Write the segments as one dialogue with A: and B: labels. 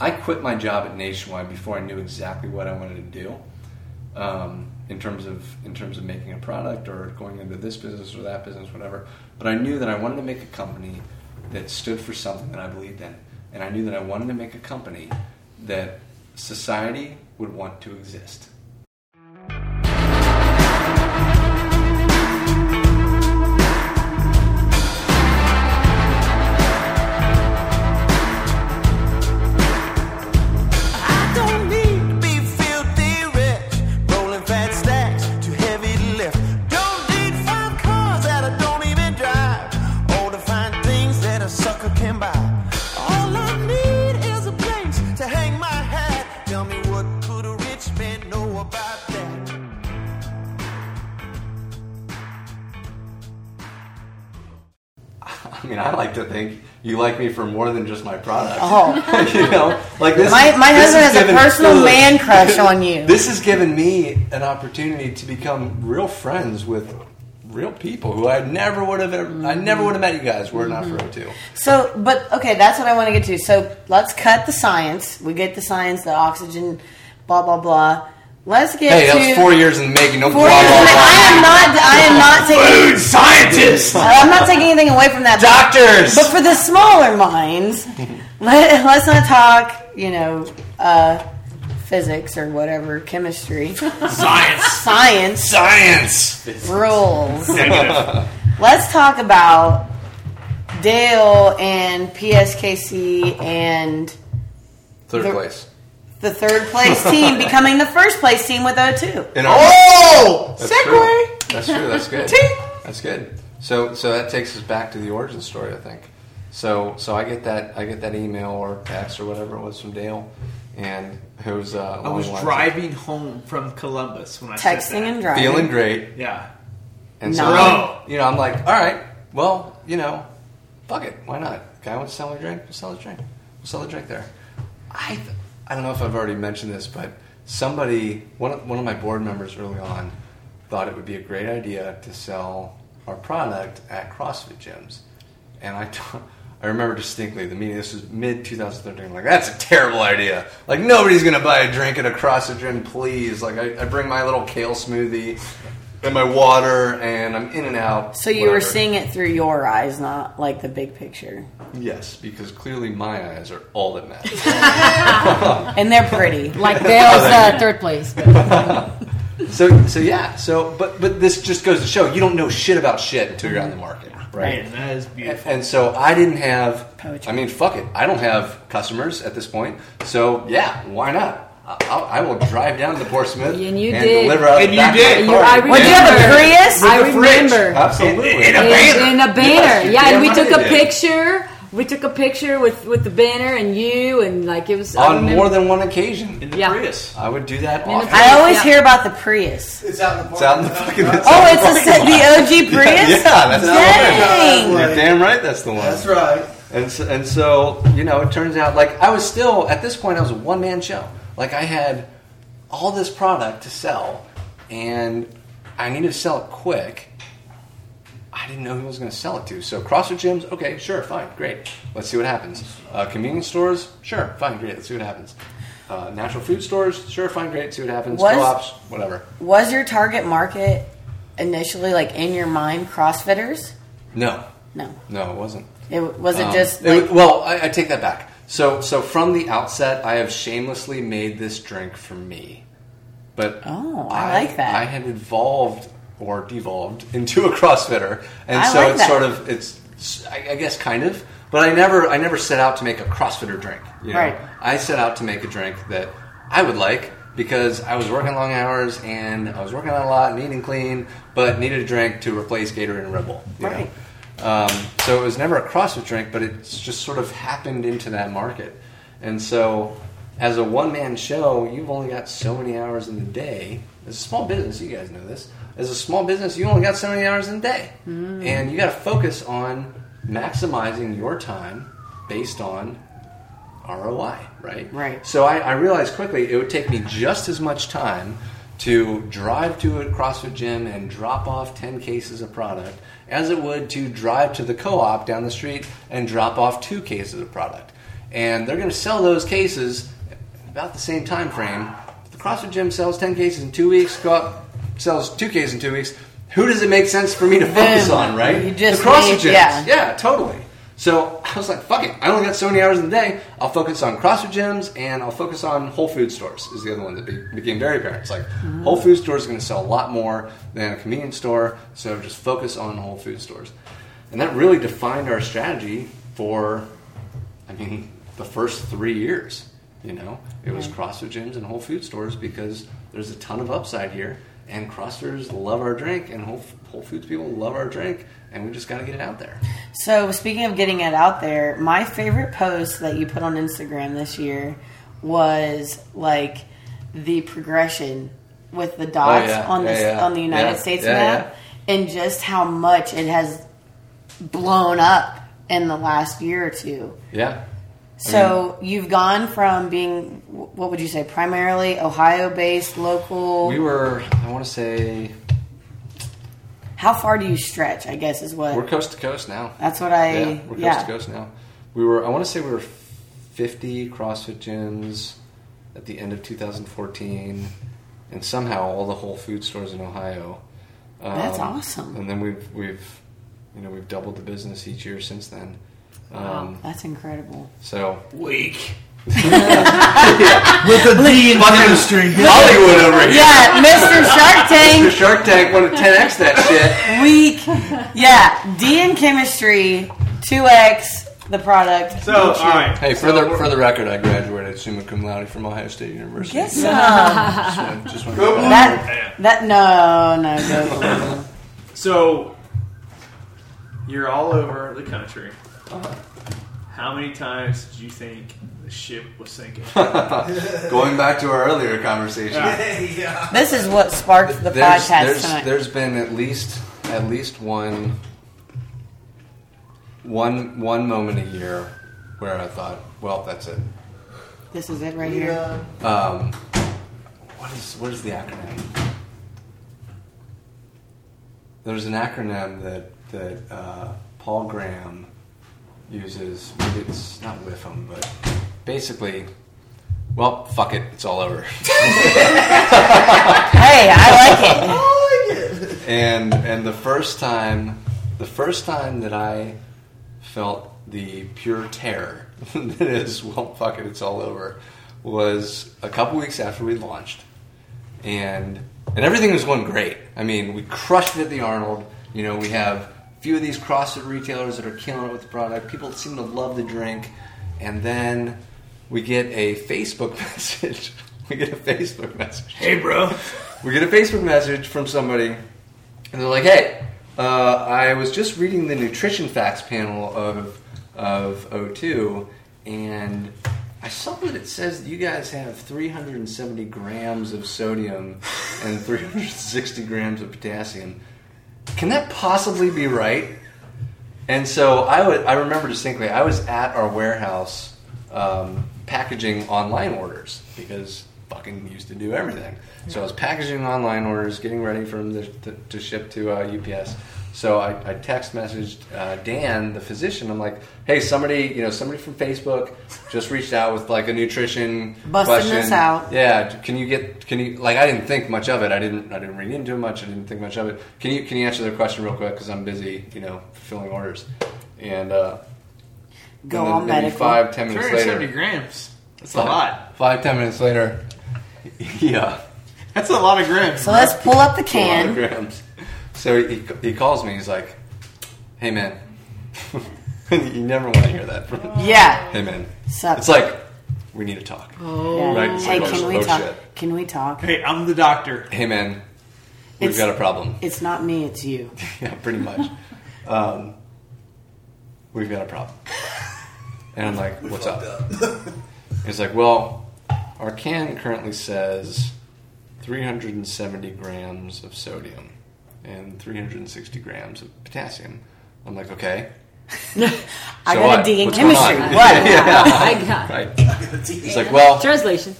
A: I quit my job at Nationwide before I knew exactly what I wanted to do um, in terms of in terms of making a product or going into this business or that business, whatever. But I knew that I wanted to make a company that stood for something that I believed in, and I knew that I wanted to make a company that society would want to exist.
B: I don't need to be filthy rich, rolling fat stacks, too heavy to lift. Don't need fine cars that I don't even drive, all the fine things that a sucker can buy. All I need is a place to hang my hat. Tell me what could a rich man know about that?
A: I mean, I like to think you like me for more than just my product. you know, like this.
C: Oh. My- my
A: this is
C: husband has a
A: given-
C: personal man crush on you.
A: This has given me an opportunity to become real friends with real people who I never would have. Ever, I never would have met you guys were it not for O2.
C: Mm-hmm. So, but okay, that's what I want to get to. So let's cut the science. We get the science, the oxygen, blah blah blah. Let's get
A: Hey,
C: to
A: that was four years in the making. No
C: four
A: blah,
C: years.
A: blah, blah.
C: I am not. I am not taking.
A: Food scientist,
C: I'm not taking anything away from that. but-
A: doctors.
C: But for the smaller minds, let, let's not talk, you know, uh, physics or whatever, chemistry.
D: Science.
C: Science
D: Science.
C: rules.
D: Negative.
C: Let's talk about Dale and PSKC and
A: Third
C: the-
A: place.
C: the third place team becoming the first place team with O2.
A: In our-
D: oh!
A: That's
C: Segway.
A: True. That's true. That's good.
C: Ting.
A: that's good. So so that takes us back to the origin story, I think. So so I get that I get that email or text or whatever it was from Dale, and who's uh,
E: I
A: along
E: was
A: the lines of
E: driving home from Columbus when I said
C: Texting
E: that.
C: and driving.
A: feeling great,
E: Yeah.
A: and so
C: Nice.
A: I'm- you know I'm like, all right, well you know, fuck it, why not? Guy wants to sell a drink, we'll sell a drink, we'll sell a drink there. I th- I don't know if I've already mentioned this, but somebody one of, one of my board members early on thought it would be a great idea to sell our product at CrossFit gyms, and I don't- I remember distinctly the meeting. This was mid 2013. I'm Like that's a terrible idea. Like nobody's gonna buy a drink at a CrossFit gym. Please, like I, I bring my little kale smoothie and my water, and I'm in and out.
C: So you were
A: whatever.
C: seeing it through your eyes, not like the big picture.
A: yes, because clearly my eyes are all that matters.
C: And they're pretty.
F: Like Dale's uh, third place.
A: So so yeah. So but but this just goes to show you don't know shit about shit until you're on the market, right?
E: Man, that is beautiful.
A: And so I didn't have.
C: Poetry.
A: I mean, fuck it. I don't have customers at this point. So yeah, why not? I, I'll- I will drive down to Portsmouth
F: And you did.
A: deliver out
E: And
A: the
E: you
A: back of
E: did.
A: my
F: You-
A: car.
F: I
C: Would you have a Prius?
F: I
E: With the fridge.
F: remember.
A: Absolutely.
E: In- in a
F: In,
E: banner.
F: in a
A: Yes,
F: banner.
A: you
F: yeah, and
A: damn
F: we
A: right
F: took
A: I did.
F: a picture. We took a picture with with the banner and you and like it was I
A: on
F: remember-
A: more than one occasion.
E: In the
F: Yeah.
E: Prius.
A: I would do that.
F: a
A: Often.
F: Prius.
C: I always
F: Yeah.
C: hear about the Prius.
G: It's out in the
A: It's out in the fucking. it's
C: Oh,
A: out in the
C: it's a,
A: parking lot.
C: the OG Prius?
A: Yeah, that's the
C: Dang.
A: You're damn right. That's the one.
G: That's right.
A: And so, and so, you know, it turns out like I was still at this point I was a one man show. Like I had all this product to sell, and I needed to sell it quick. I didn't know who I was going to sell it to. So CrossFit gyms, okay, sure, fine, great. Let's see what happens. Uh, convenience stores, sure, fine, great. Let's see what happens. Uh, natural food stores, sure, fine, great. See what happens.
C: Was-
A: Co-ops, whatever.
C: Was your target market initially, like in your mind, CrossFitters?
A: No,
C: No.
A: no, it wasn't.
C: It was it
A: Um,
C: just
A: it-
C: like
A: well, I, I take that back. So, so from the outset, I have shamelessly made this drink for me, but
C: Oh, I like that.
A: I had evolved or devolved into a CrossFitter, and
C: I
A: so
C: like
A: it's
C: that.
A: sort of it's I, I guess kind of, but I never I never set out to make a CrossFitter drink. You know?
C: Right.
A: I set out to make a drink that I would like because I was working long hours and I was working out a lot and eating clean, but needed a drink to replace Gatorade and Red Bull. you know?
C: Right.
A: Um, so it was never a CrossFit drink, but it's just sort of happened into that market. And so, as a one man show, you've only got so many hours in the day. As a small business, you guys know this. As a small business, you only got so many hours in the day. And you got to focus on maximizing your time based on ROI, right?
C: Right.
A: So I, I realized quickly it would take me just as much time to drive to a CrossFit gym and drop off 10 cases of product as it would to drive to the co op down the street and drop off two cases of product. and they're going to sell those cases about the same time frame. The CrossFit gym sells ten cases in two weeks. Co-op sells two cases in two weeks. Who does it make sense for me to focus
C: Boom.
A: on, right?
C: You just
A: the CrossFit
C: need-
A: gyms,
C: yeah.
A: yeah, totally. So I was like, fuck it. I only got so many hours in the day. I'll focus on CrossFit gyms and I'll focus on Whole Food stores, is the other one that be- became very apparent. It's like,
C: Mm-hmm.
A: Whole Food stores are going to sell a lot more than a convenience store, so just focus on Whole Food stores. And that really defined our strategy for, I mean, the first three years. You know, it was CrossFit gyms and Whole Food stores because there's a ton of upside here. And CrossFitters love our drink, and Whole, Whole Foods people love our drink, and we just got to get it out there.
C: So speaking of getting it out there, my favorite post that you put on Instagram this year was like the progression with the dots
A: Oh, yeah.
C: on the
A: Yeah, yeah.
C: on the United
A: Yeah.
C: States
A: Yeah,
C: map and just how much it has blown up in the last year or two.
A: Yeah.
C: So you've gone from being wh- what would you say primarily Ohio based local
A: We were, I want to say,
C: how far do you stretch I guess is what
A: we're coast to coast now.
C: that's what I
A: yeah, we're coast
C: yeah.
A: to coast now. We were, I want to say, we were 50 CrossFit gyms at the end of 2014, and somehow all the Whole Food stores in Ohio. Um,
C: That's awesome.
A: And then we've we've you know we've doubled the business each year since then. Um,
C: That's incredible.
A: so
E: Weak.
D: With a D in chemistry.
A: Hollywood over here.
C: Yeah, Mr. Shark
A: The
C: Tank
A: Shark Tank wanted 10x that shit.
C: week. Yeah, D in chemistry, two X the product.
E: So, all right.
A: Hey, for
E: So
A: the
E: we're-
A: for the record, I graduated summa cum laude from Ohio State University.
C: Get some.
A: Just wanna- just wanna-
C: That that no no no. no.
E: So, you're all over the country. How many times did you think the ship was sinking?
A: Going back to our earlier conversation,
C: This is what sparked the
A: there's,
C: podcast
A: there's,
C: tonight.
A: there's been at least at least one one one moment a year where I thought, well, that's it.
C: this is it right here.
A: Um, what is what is the acronym? There's an acronym that that uh, Paul Graham uses. Maybe it's not WIFM, but basically, well, fuck it, it's all over.
C: Hey, I like it.
A: and and the first time, the first time that I felt the pure terror that is, well, fuck it, it's all over, was a couple weeks after we launched and and everything was going great. I mean, we crushed it at the Arnold. You know, we have a few of these CrossFit retailers that are killing it with the product. People seem to love the drink, and then we get a Facebook message. we get a Facebook message. Hey, bro. we get a Facebook message from somebody, and they're like, "Hey, uh, I was just reading the nutrition facts panel of of O2, and I saw that it says that you guys have 370 grams of sodium and 360 grams of potassium. Can that possibly be right? And so I would I remember distinctly I was at our warehouse um, packaging online orders because fucking used to do everything. So I was packaging online orders, getting ready for them to, to, to ship to uh, UPS. So I, I text messaged uh, Dan, the physician. I'm like, hey, somebody you know somebody from Facebook just reached out with like a nutrition
C: Busting
A: question.
C: this out.
A: Yeah, can you get can you like I didn't think much of it. I didn't I didn't read into it much. I didn't think much of it. Can you can you answer their question real quick because I'm busy, you know, filling orders, and uh,
C: Go
A: and then
C: on
A: maybe
C: medical.
A: Five ten minutes
E: 370
A: later,
E: grams. That's a lot.
A: Five ten minutes later, yeah,
E: That's a lot of grams.
C: So let's pull up
A: a lot
C: the
A: of
C: can.
A: grams. So he he calls me. He's like, "Hey man," you never want to hear that. From,
C: Yeah.
A: hey man,
C: Oh. Sup?
A: it's like we need to talk.
C: Yeah.
A: right, it's
C: Hey,
A: like,
C: can
A: oh,
C: we
A: oh,
C: talk?
A: shit.
C: Can we talk?
E: hey, I'm the doctor.
A: Hey man, we've
C: It's-
A: got a problem.
C: It's not me, it's you.
A: yeah, pretty much. Um, we've got a problem. And I'm like, what's up? He's like, well, our can currently says 370 grams of sodium and 360 grams of potassium. I'm like, okay.
C: I
A: So
C: got
A: what?
C: a D in
A: What's going
C: chemistry.
A: on?
C: What?
F: I got
A: Right. He's like, well,
F: translation.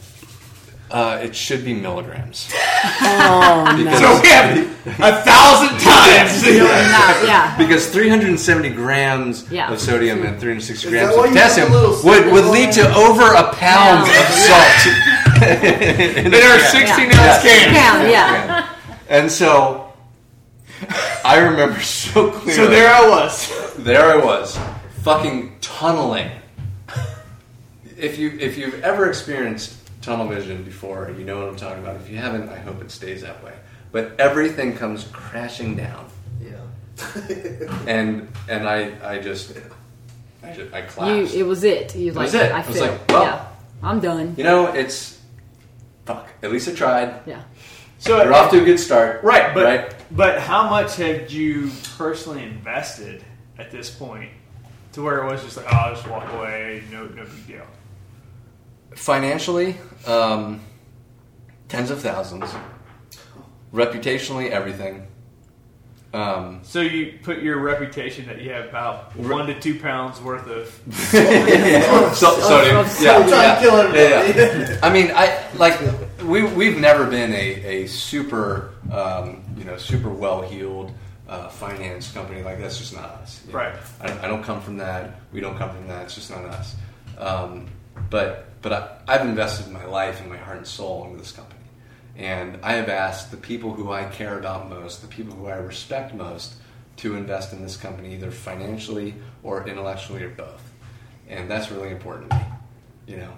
A: Uh, it should be milligrams.
F: Oh, no.
A: Because-
D: So we have a thousand times.
F: Not- yeah.
A: Because 370 grams
F: Yeah.
A: of sodium and 360
G: Is
A: grams
G: that why
A: of
G: you have
A: potassium
G: a little
A: would, would
G: circle
A: lead to
G: on
A: over a pound
F: Yeah.
A: of salt in
D: In our 16 ounce can.
F: Pound, yeah.
A: And so I remember so clearly.
E: So there I was.
A: there I was, fucking tunneling. If you if you've ever experienced tunnel vision before, you know what I'm talking about. If you haven't, I hope it stays that way. But everything comes crashing down,
G: Yeah.
A: and and I I just I, just, I
F: You,
A: collapsed.
F: it was it. You
A: That
F: like,
A: was it.
F: I
A: It was
F: feel.
A: like, oh. well.
F: yeah. I'm done.
A: you know, it's fuck. At least I tried.
F: Yeah.
E: So
A: You're off to a good start,
E: Right, but
A: right?
E: but how much had you personally invested at this point to where it was just like, oh, I'll just walk away, no, no big deal.
A: Financially, um, tens of thousands. Reputationally, everything. Um,
E: So you put your reputation that you have about one to two pounds worth of
A: So, sodium.
F: of
A: yeah,
G: sodium.
A: yeah,
G: Trying to kill everybody.
A: yeah, yeah. I mean, I like we we've never been a, a super um, you know super well heeled uh, finance company like that's just not us. you know.
E: Right.
A: I, I don't come from that. We don't come from that. It's just not us. Um, but but I, I've invested my life and my heart and soul into this company, and I have asked the people who I care about most, the people who I respect most, to invest in this company either financially or intellectually or both, and that's really important to me. You know,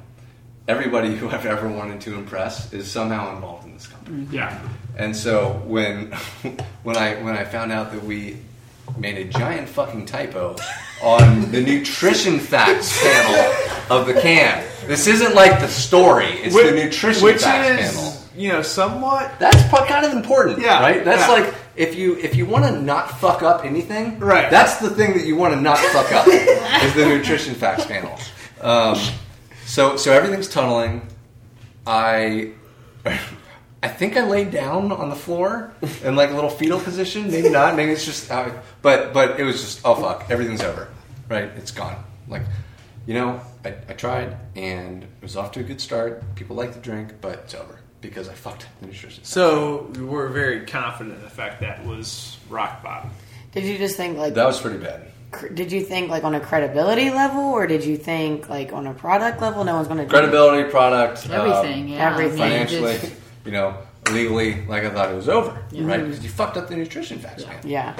A: everybody who I've ever wanted to impress is somehow involved in this company.
E: yeah.
A: And so when when I when I found out that we made a giant fucking typo on the nutrition facts panel of the can. This isn't like the story, it's
E: Whi-
A: the nutrition
E: which
A: facts
E: is
A: panel.
E: you know somewhat
A: That's pro- kind of important,
E: Yeah,
A: right? That's
E: yeah.
A: like if you if you want to not fuck up anything,
E: Right.
A: That's the thing that you want to not fuck up is the nutrition facts panel. Um, so so everything's tunneling. I I think I laid down on the floor in like a little fetal position. Maybe not. Maybe it's just. Uh, but but it was just oh fuck everything's over, right? It's gone. Like you know I, I tried and it was off to a good start. People like the drink, but it's over because I fucked up the nutrition.
E: So we were very confident in the fact that was rock bottom.
C: Did you just think like
A: That was pretty bad.
C: cr- did you think like on a credibility level or did you think like on a product level no one's going to
A: Credibility, product, um,
F: Everything. Yeah.
C: everything.
A: financially,
F: Just-
A: you know, legally, like I thought it was over, right? Because you fucked up the nutrition facts, man.
C: Yeah.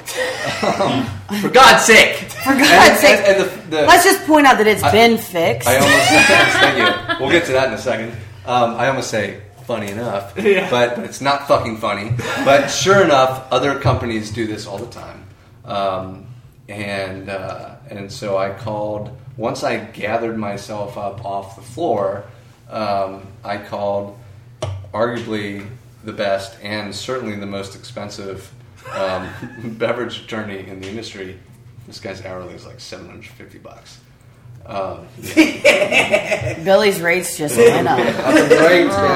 A: For God's sake! For
C: God's sake.
A: And, and the, the,
C: Let's just point out that it's
A: I-
C: been fixed.
A: I almost thank you. We'll get to that in a second. Um, I almost say funny enough,
E: Yeah.
A: but, but it's not fucking funny. But sure enough, other companies do this all the time, um, and uh, and so I called once I gathered myself up off the floor. Um, I called arguably the best and certainly the most expensive um, beverage attorney in the industry. This guy's hourly is like seven hundred fifty bucks. Um,
C: Billy's rates just went up.
A: Uh,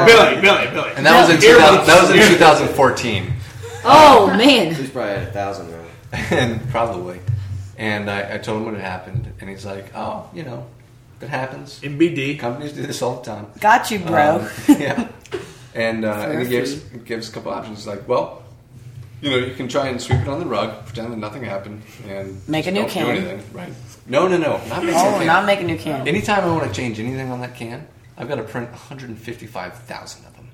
E: Billy, Billy, Billy.
A: And that was in 2000, that was in 2014,
F: Oh man.
H: He's probably at a thousand now.
A: and probably. And I, I told him what had happened, and he's like, "Oh, you know, that happens.
E: MBD.
A: Companies do this all the time."
C: Got you, bro.
A: Um, yeah. And, uh, and he gives gives a couple options. He's like, "Well, you know, you can try and sweep it on the rug, pretend that nothing happened, and
C: Make a
A: just
C: new
A: don't do
C: can.
A: anything." Right? No, no, no, not make a
C: oh,
A: new can.
C: not making new can.
A: Anytime I want to change anything on that can, I've got to print 155,000 of them.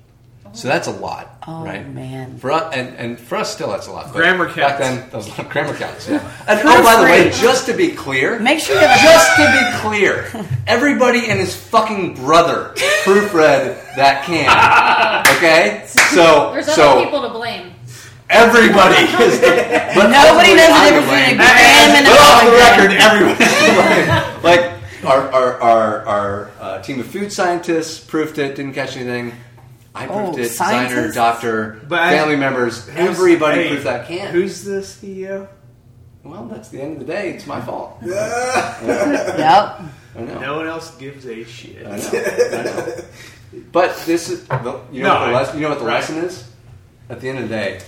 A: So that's a lot,
C: Oh,
A: right?
C: man.
A: For us, and, and for us, still, that's a lot. But
E: Grammar
A: Back
E: counts.
A: then, that was a lot of grammar counts, yeah. And oh, by the way, just to be clear,
C: Make sure you have
A: just to be clear, everybody and his fucking brother proofread that can. Okay? So,
I: There's other
A: so
I: people to blame.
A: everybody is the. But
C: Nobody knows the
A: I'm
C: difference
A: blame.
C: between a gram and a
A: But off the
C: milligram.
A: record, everyone. like our our our, our uh, team of food scientists proofed it, didn't catch anything. I proofed
C: Oh,
A: it. Designer,
C: scientists?
A: doctor,
E: But I-
A: family members,
E: Who's-
A: everybody
E: hey,
A: proofed that can.
E: Who's the E CEO?
A: well, that's the end of the day. It's my fault.
C: Yep.
A: I know.
E: No one else gives a shit.
A: I know. I know. But this is the, you know
E: No,
A: what the
E: I-
A: lesson, you know what the
E: right.
A: lesson is. At the end of the day,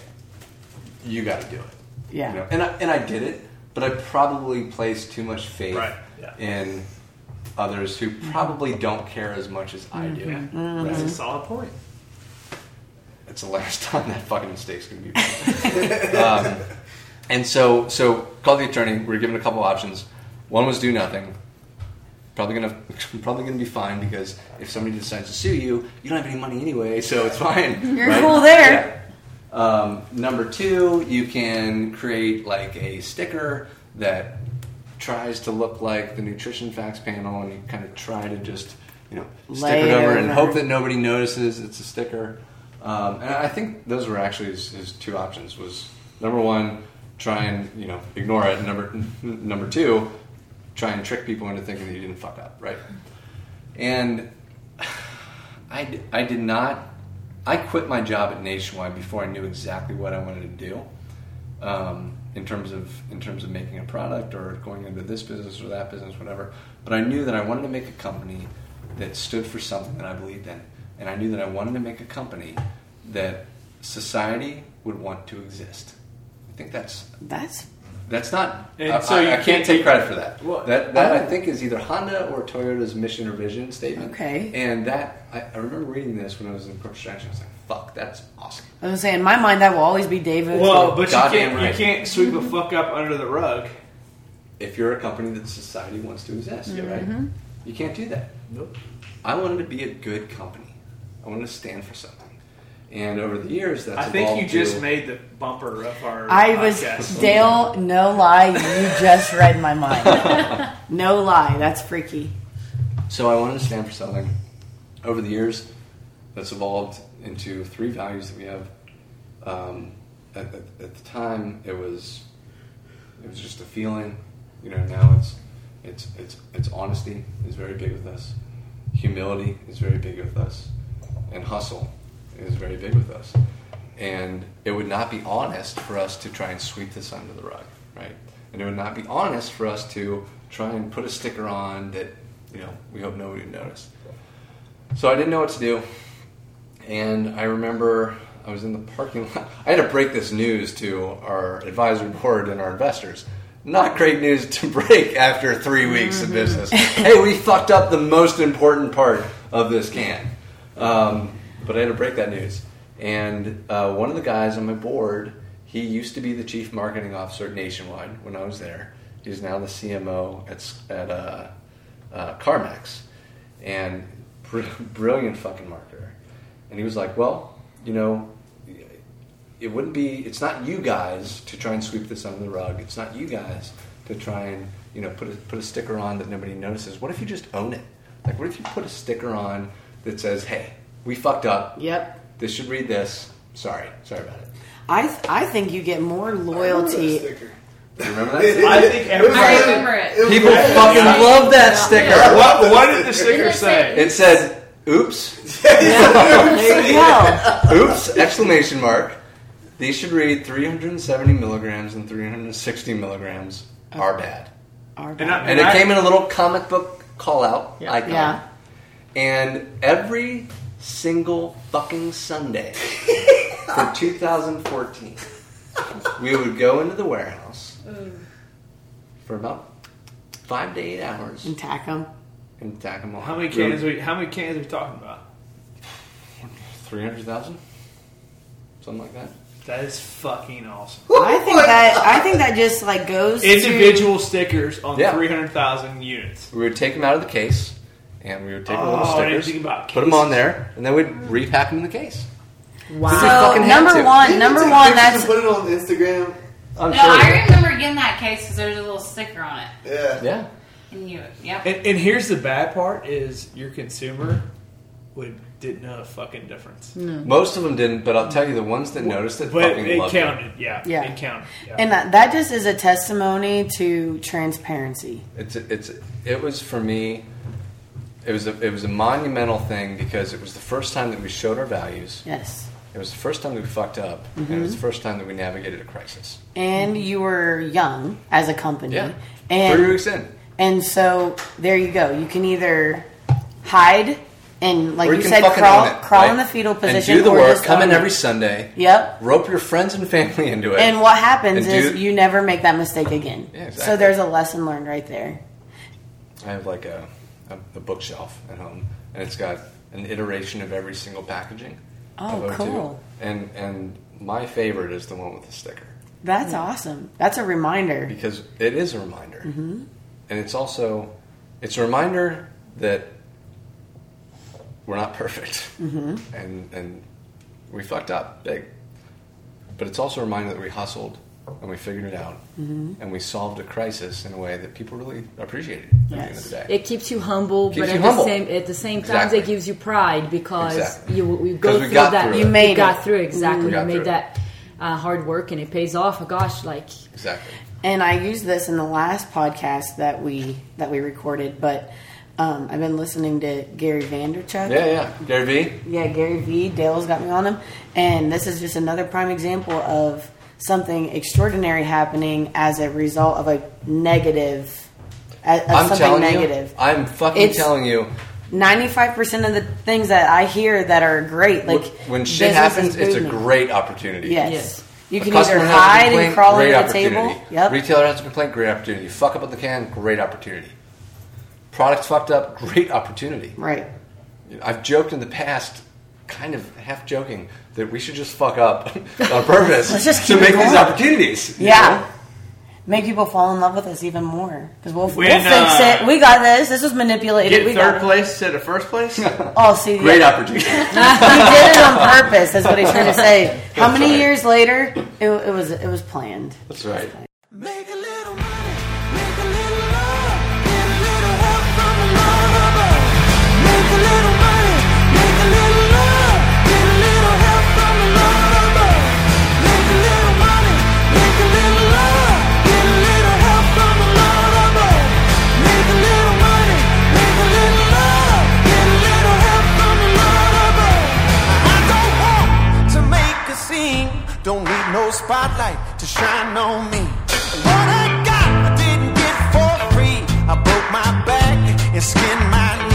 A: you got to do it.
C: Yeah.
A: You know, and I and I did it, but I probably placed too much faith
E: Right, yeah.
A: in others who probably don't care as much as I do.
E: That's a
A: Right?
E: solid point.
A: It's the last time that fucking mistake's gonna be made. um, and so, so called the attorney. We were given a couple options. One was do nothing. Probably gonna, probably gonna be fine because if somebody decides to sue you, you don't have any money anyway, so it's fine.
C: You're cool there.
A: Yeah. Um, number two, you can create like a sticker that tries to look like the nutrition facts panel, and you kind of try to just you know stick it
C: Layer
A: over and
C: over.
A: hope that nobody notices it's a sticker. Um, and I think those were actually his, his two options: was number one, try and you know ignore it. and Number number two, try and trick people into thinking that you didn't fuck up, right? And I, d- I did not. I quit my job at Nationwide before I knew exactly what I wanted to do um, in terms of in terms of making a product or going into this business or that business, whatever. But I knew that I wanted to make a company that stood for something that I believed in, and I knew that I wanted to make a company that society would want to exist. I think that's
C: That's
A: that's not.
E: And
A: I,
E: so
A: I-
E: you
A: I can't
E: can't-
A: take credit for that.
E: Well-
A: that that I
C: Oh.
A: think is either Honda or Toyota's mission or vision statement.
C: Okay.
A: And that I, I remember reading this when I was in corporate strategy. I was like, "Fuck, that's awesome."
C: I was saying, in my mind, that will always be David.
E: Well, but you
A: Goddamn
E: can't,
A: right.
E: you can't sweep a fuck up under the rug.
A: If you're a company that society wants to exist, you're right. You can't do that.
E: Nope.
A: I wanted to be a good company. I wanted to stand for something. And over the years, that's
E: I think
A: evolved
E: you just
A: to-
E: made the bumper of our
C: I was
E: podcast.
C: Dale. No lie, you just read my mind. no lie, that's freaky.
A: So I wanted to stand for something. Over the years, that's evolved into three values that we have. Um, at, at, at the time, it was it was just a feeling. You know, now it's it's it's it's honesty is very big with us. Humility is very big with us, and hustle is very big with us. And it would not be honest for us to try and sweep this under the rug, right? And it would not be honest for us to try and put a sticker on that you know we hope nobody would notice. So I didn't know what to do. And I remember I was in the parking lot. I had to break this news to our advisory board and our investors. Not great news to break after three weeks of business. hey, we fucked up the most important part of this can. Um, but I had to break that news. And uh, one of the guys on my board, he used to be the chief marketing officer at Nationwide when I was there. He's now the CMO at, s- at uh, uh, CarMax and br- brilliant fucking marketer. And he was like, well, you know, it wouldn't be, it's not you guys to try and sweep this under the rug. It's not you guys to try and, you know, put a, put a sticker on that nobody notices. What if you just own it? Like, what if you put a sticker on that says, hey, we fucked up.
C: Yep.
A: This should read this. Sorry. Sorry about it.
C: I th- I think you get more loyalty.
A: Do you remember that?
E: I think every
G: I
H: remember it.
A: People fucking love that sticker.
E: what, what did the sticker say?
A: It said, oops.
C: There you go.
A: Oops! Exclamation mark. These should read 370 milligrams and 360 milligrams are bad.
C: Our
E: And, I,
A: And it came in a little comic book call out
E: Yeah.
A: icon.
C: Yeah.
A: And every single fucking Sunday for 2014, we would go into the warehouse
E: Mm.
A: for about five to eight hours
C: and tack 'em.
A: and attack them all.
E: How many
A: We would-
E: cans? We, how many cans are we talking about?
A: 300,000? Something like that.
E: That is fucking awesome.
C: I think that I think that just like goes To,
E: Individual stickers on
A: Yeah.
E: three hundred thousand units.
A: We would take them out of the case, and we would take the
E: Oh,
A: little
E: I didn't
A: stickers,
E: think about
A: put them
E: cases.
A: on there, and then we'd repack them in the case. Because we
C: so
A: fucking had
C: number
A: to.
C: one, number one, that's
G: put it on Instagram.
A: I'm
H: No,
A: sure.
H: I remember getting that case because there's a little sticker on it.
G: Yeah.
A: yeah,
H: And you, yep.
E: And, and here's the bad part: is your consumer would didn't know a fucking difference,
A: Mm. most of them didn't, but I'll tell you the ones that noticed it
E: but
A: fucking
E: it
A: loved
E: counted. Yeah,
C: Yeah.
E: it counted. Yeah.
C: and that, that just is a testimony to transparency.
A: it. It's it's it was for me. It was a, it was a monumental thing because it was the first time that we showed our values.
C: Yes.
A: It was the first time that we fucked up, and
C: Mm-hmm.
A: it was the first time that we navigated a crisis.
C: And you were young as a company.
A: Yeah,
C: And
A: three weeks in,
C: And so there you go. You can either hide and, like
A: Or
C: you,
A: can
C: said,
A: fucking
C: crawl,
A: own it,
C: crawl
A: right?
C: in the fetal position.
A: and do the
C: or
A: work.
C: just
A: Come in
C: own it.
A: every Sunday.
C: Yep.
A: Rope your friends and family into it.
C: And what happens
A: And
C: is
A: do-
C: you never make that mistake again.
A: Yeah,
C: So
A: exactly.
C: there's a lesson learned right there.
A: I have like a, a, a bookshelf at home, and it's got an iteration of every single packaging.
C: Oh,
A: of O2.
C: cool.
A: And and my favorite is the one with the sticker
C: That's awesome. That's a reminder.
A: because it is a reminder,
C: Mm-hmm.
A: and it's also it's a reminder that we're not perfect,
C: Mm-hmm.
A: and and we fucked up big, but it's also a reminder that we hustled and we figured it out,
C: Mm-hmm.
A: and we solved a crisis in a way that people really appreciated at the end of the day.
F: It keeps you humble,
A: Keeps
F: but
A: you
F: at
A: humble.
F: the same at the same time,
A: Exactly.
F: it gives you pride because
A: Exactly.
F: you you
A: 'Cause
F: go
A: we
F: through
A: got
F: that.
A: through
C: You it. made
F: you got
C: it.
F: through exactly.
A: got
F: You
A: through
F: made
A: it.
F: that uh, hard work, and it pays off. Oh gosh, like
A: Exactly.
C: And I used this in the last podcast that we that we recorded, but um, I've been listening to Gary Vanderchuk.
A: Yeah, yeah. Gary Vee.
C: Yeah, Gary Vee, Dale's got me on him. And this is just another prime example of something extraordinary happening as a result of a negative, a- of
A: I'm
C: something
A: telling
C: negative.
A: you. I'm fucking
C: It's-
A: telling you.
C: 95% of the things that I hear that are great, like
A: wh- when shit
C: business is
A: happens, it's a
C: booming.
A: great opportunity.
C: Yes.
F: Yes.
C: You
A: A
C: can
A: customer
C: either
A: has a
C: hide and
A: complaint,
C: crawl
A: great
C: under the table.
A: opportunity.
C: Yep.
A: Retailer has a complaint, great opportunity. Fuck up at the can, great opportunity. Product's fucked up, great opportunity.
C: Right.
A: I've joked in the past, kind of half joking, that we should just fuck up on purpose
C: Let's just
A: to
C: keep
A: make
C: it
A: these
C: going.
A: opportunities. you
C: Yeah. Make people fall in love with us even more because we'll, we'll
E: When,
C: fix
E: uh,
C: it. We got this. This was manipulated.
E: Get
C: we
E: third
C: got
E: place instead of first place?
A: know?
C: Oh, see,
A: great
C: yeah.
A: opportunity.
C: he did it on purpose. That's what he's trying to say. How many
A: right.
C: years later? It, it was it was planned.
A: That's right.
B: Make a little money, make a little love, get a little help from the Lord above. Make a little money, make a little love, get a little help from the Lord above. Make a little money, make a little love, get a little help from the Lord above. Make a little money, make a little love, get a little help from the Lord above. I don't want to make a scene, don't need no spotlight to shine on me. What I got, I didn't get for free. I broke my back and skinned my knee.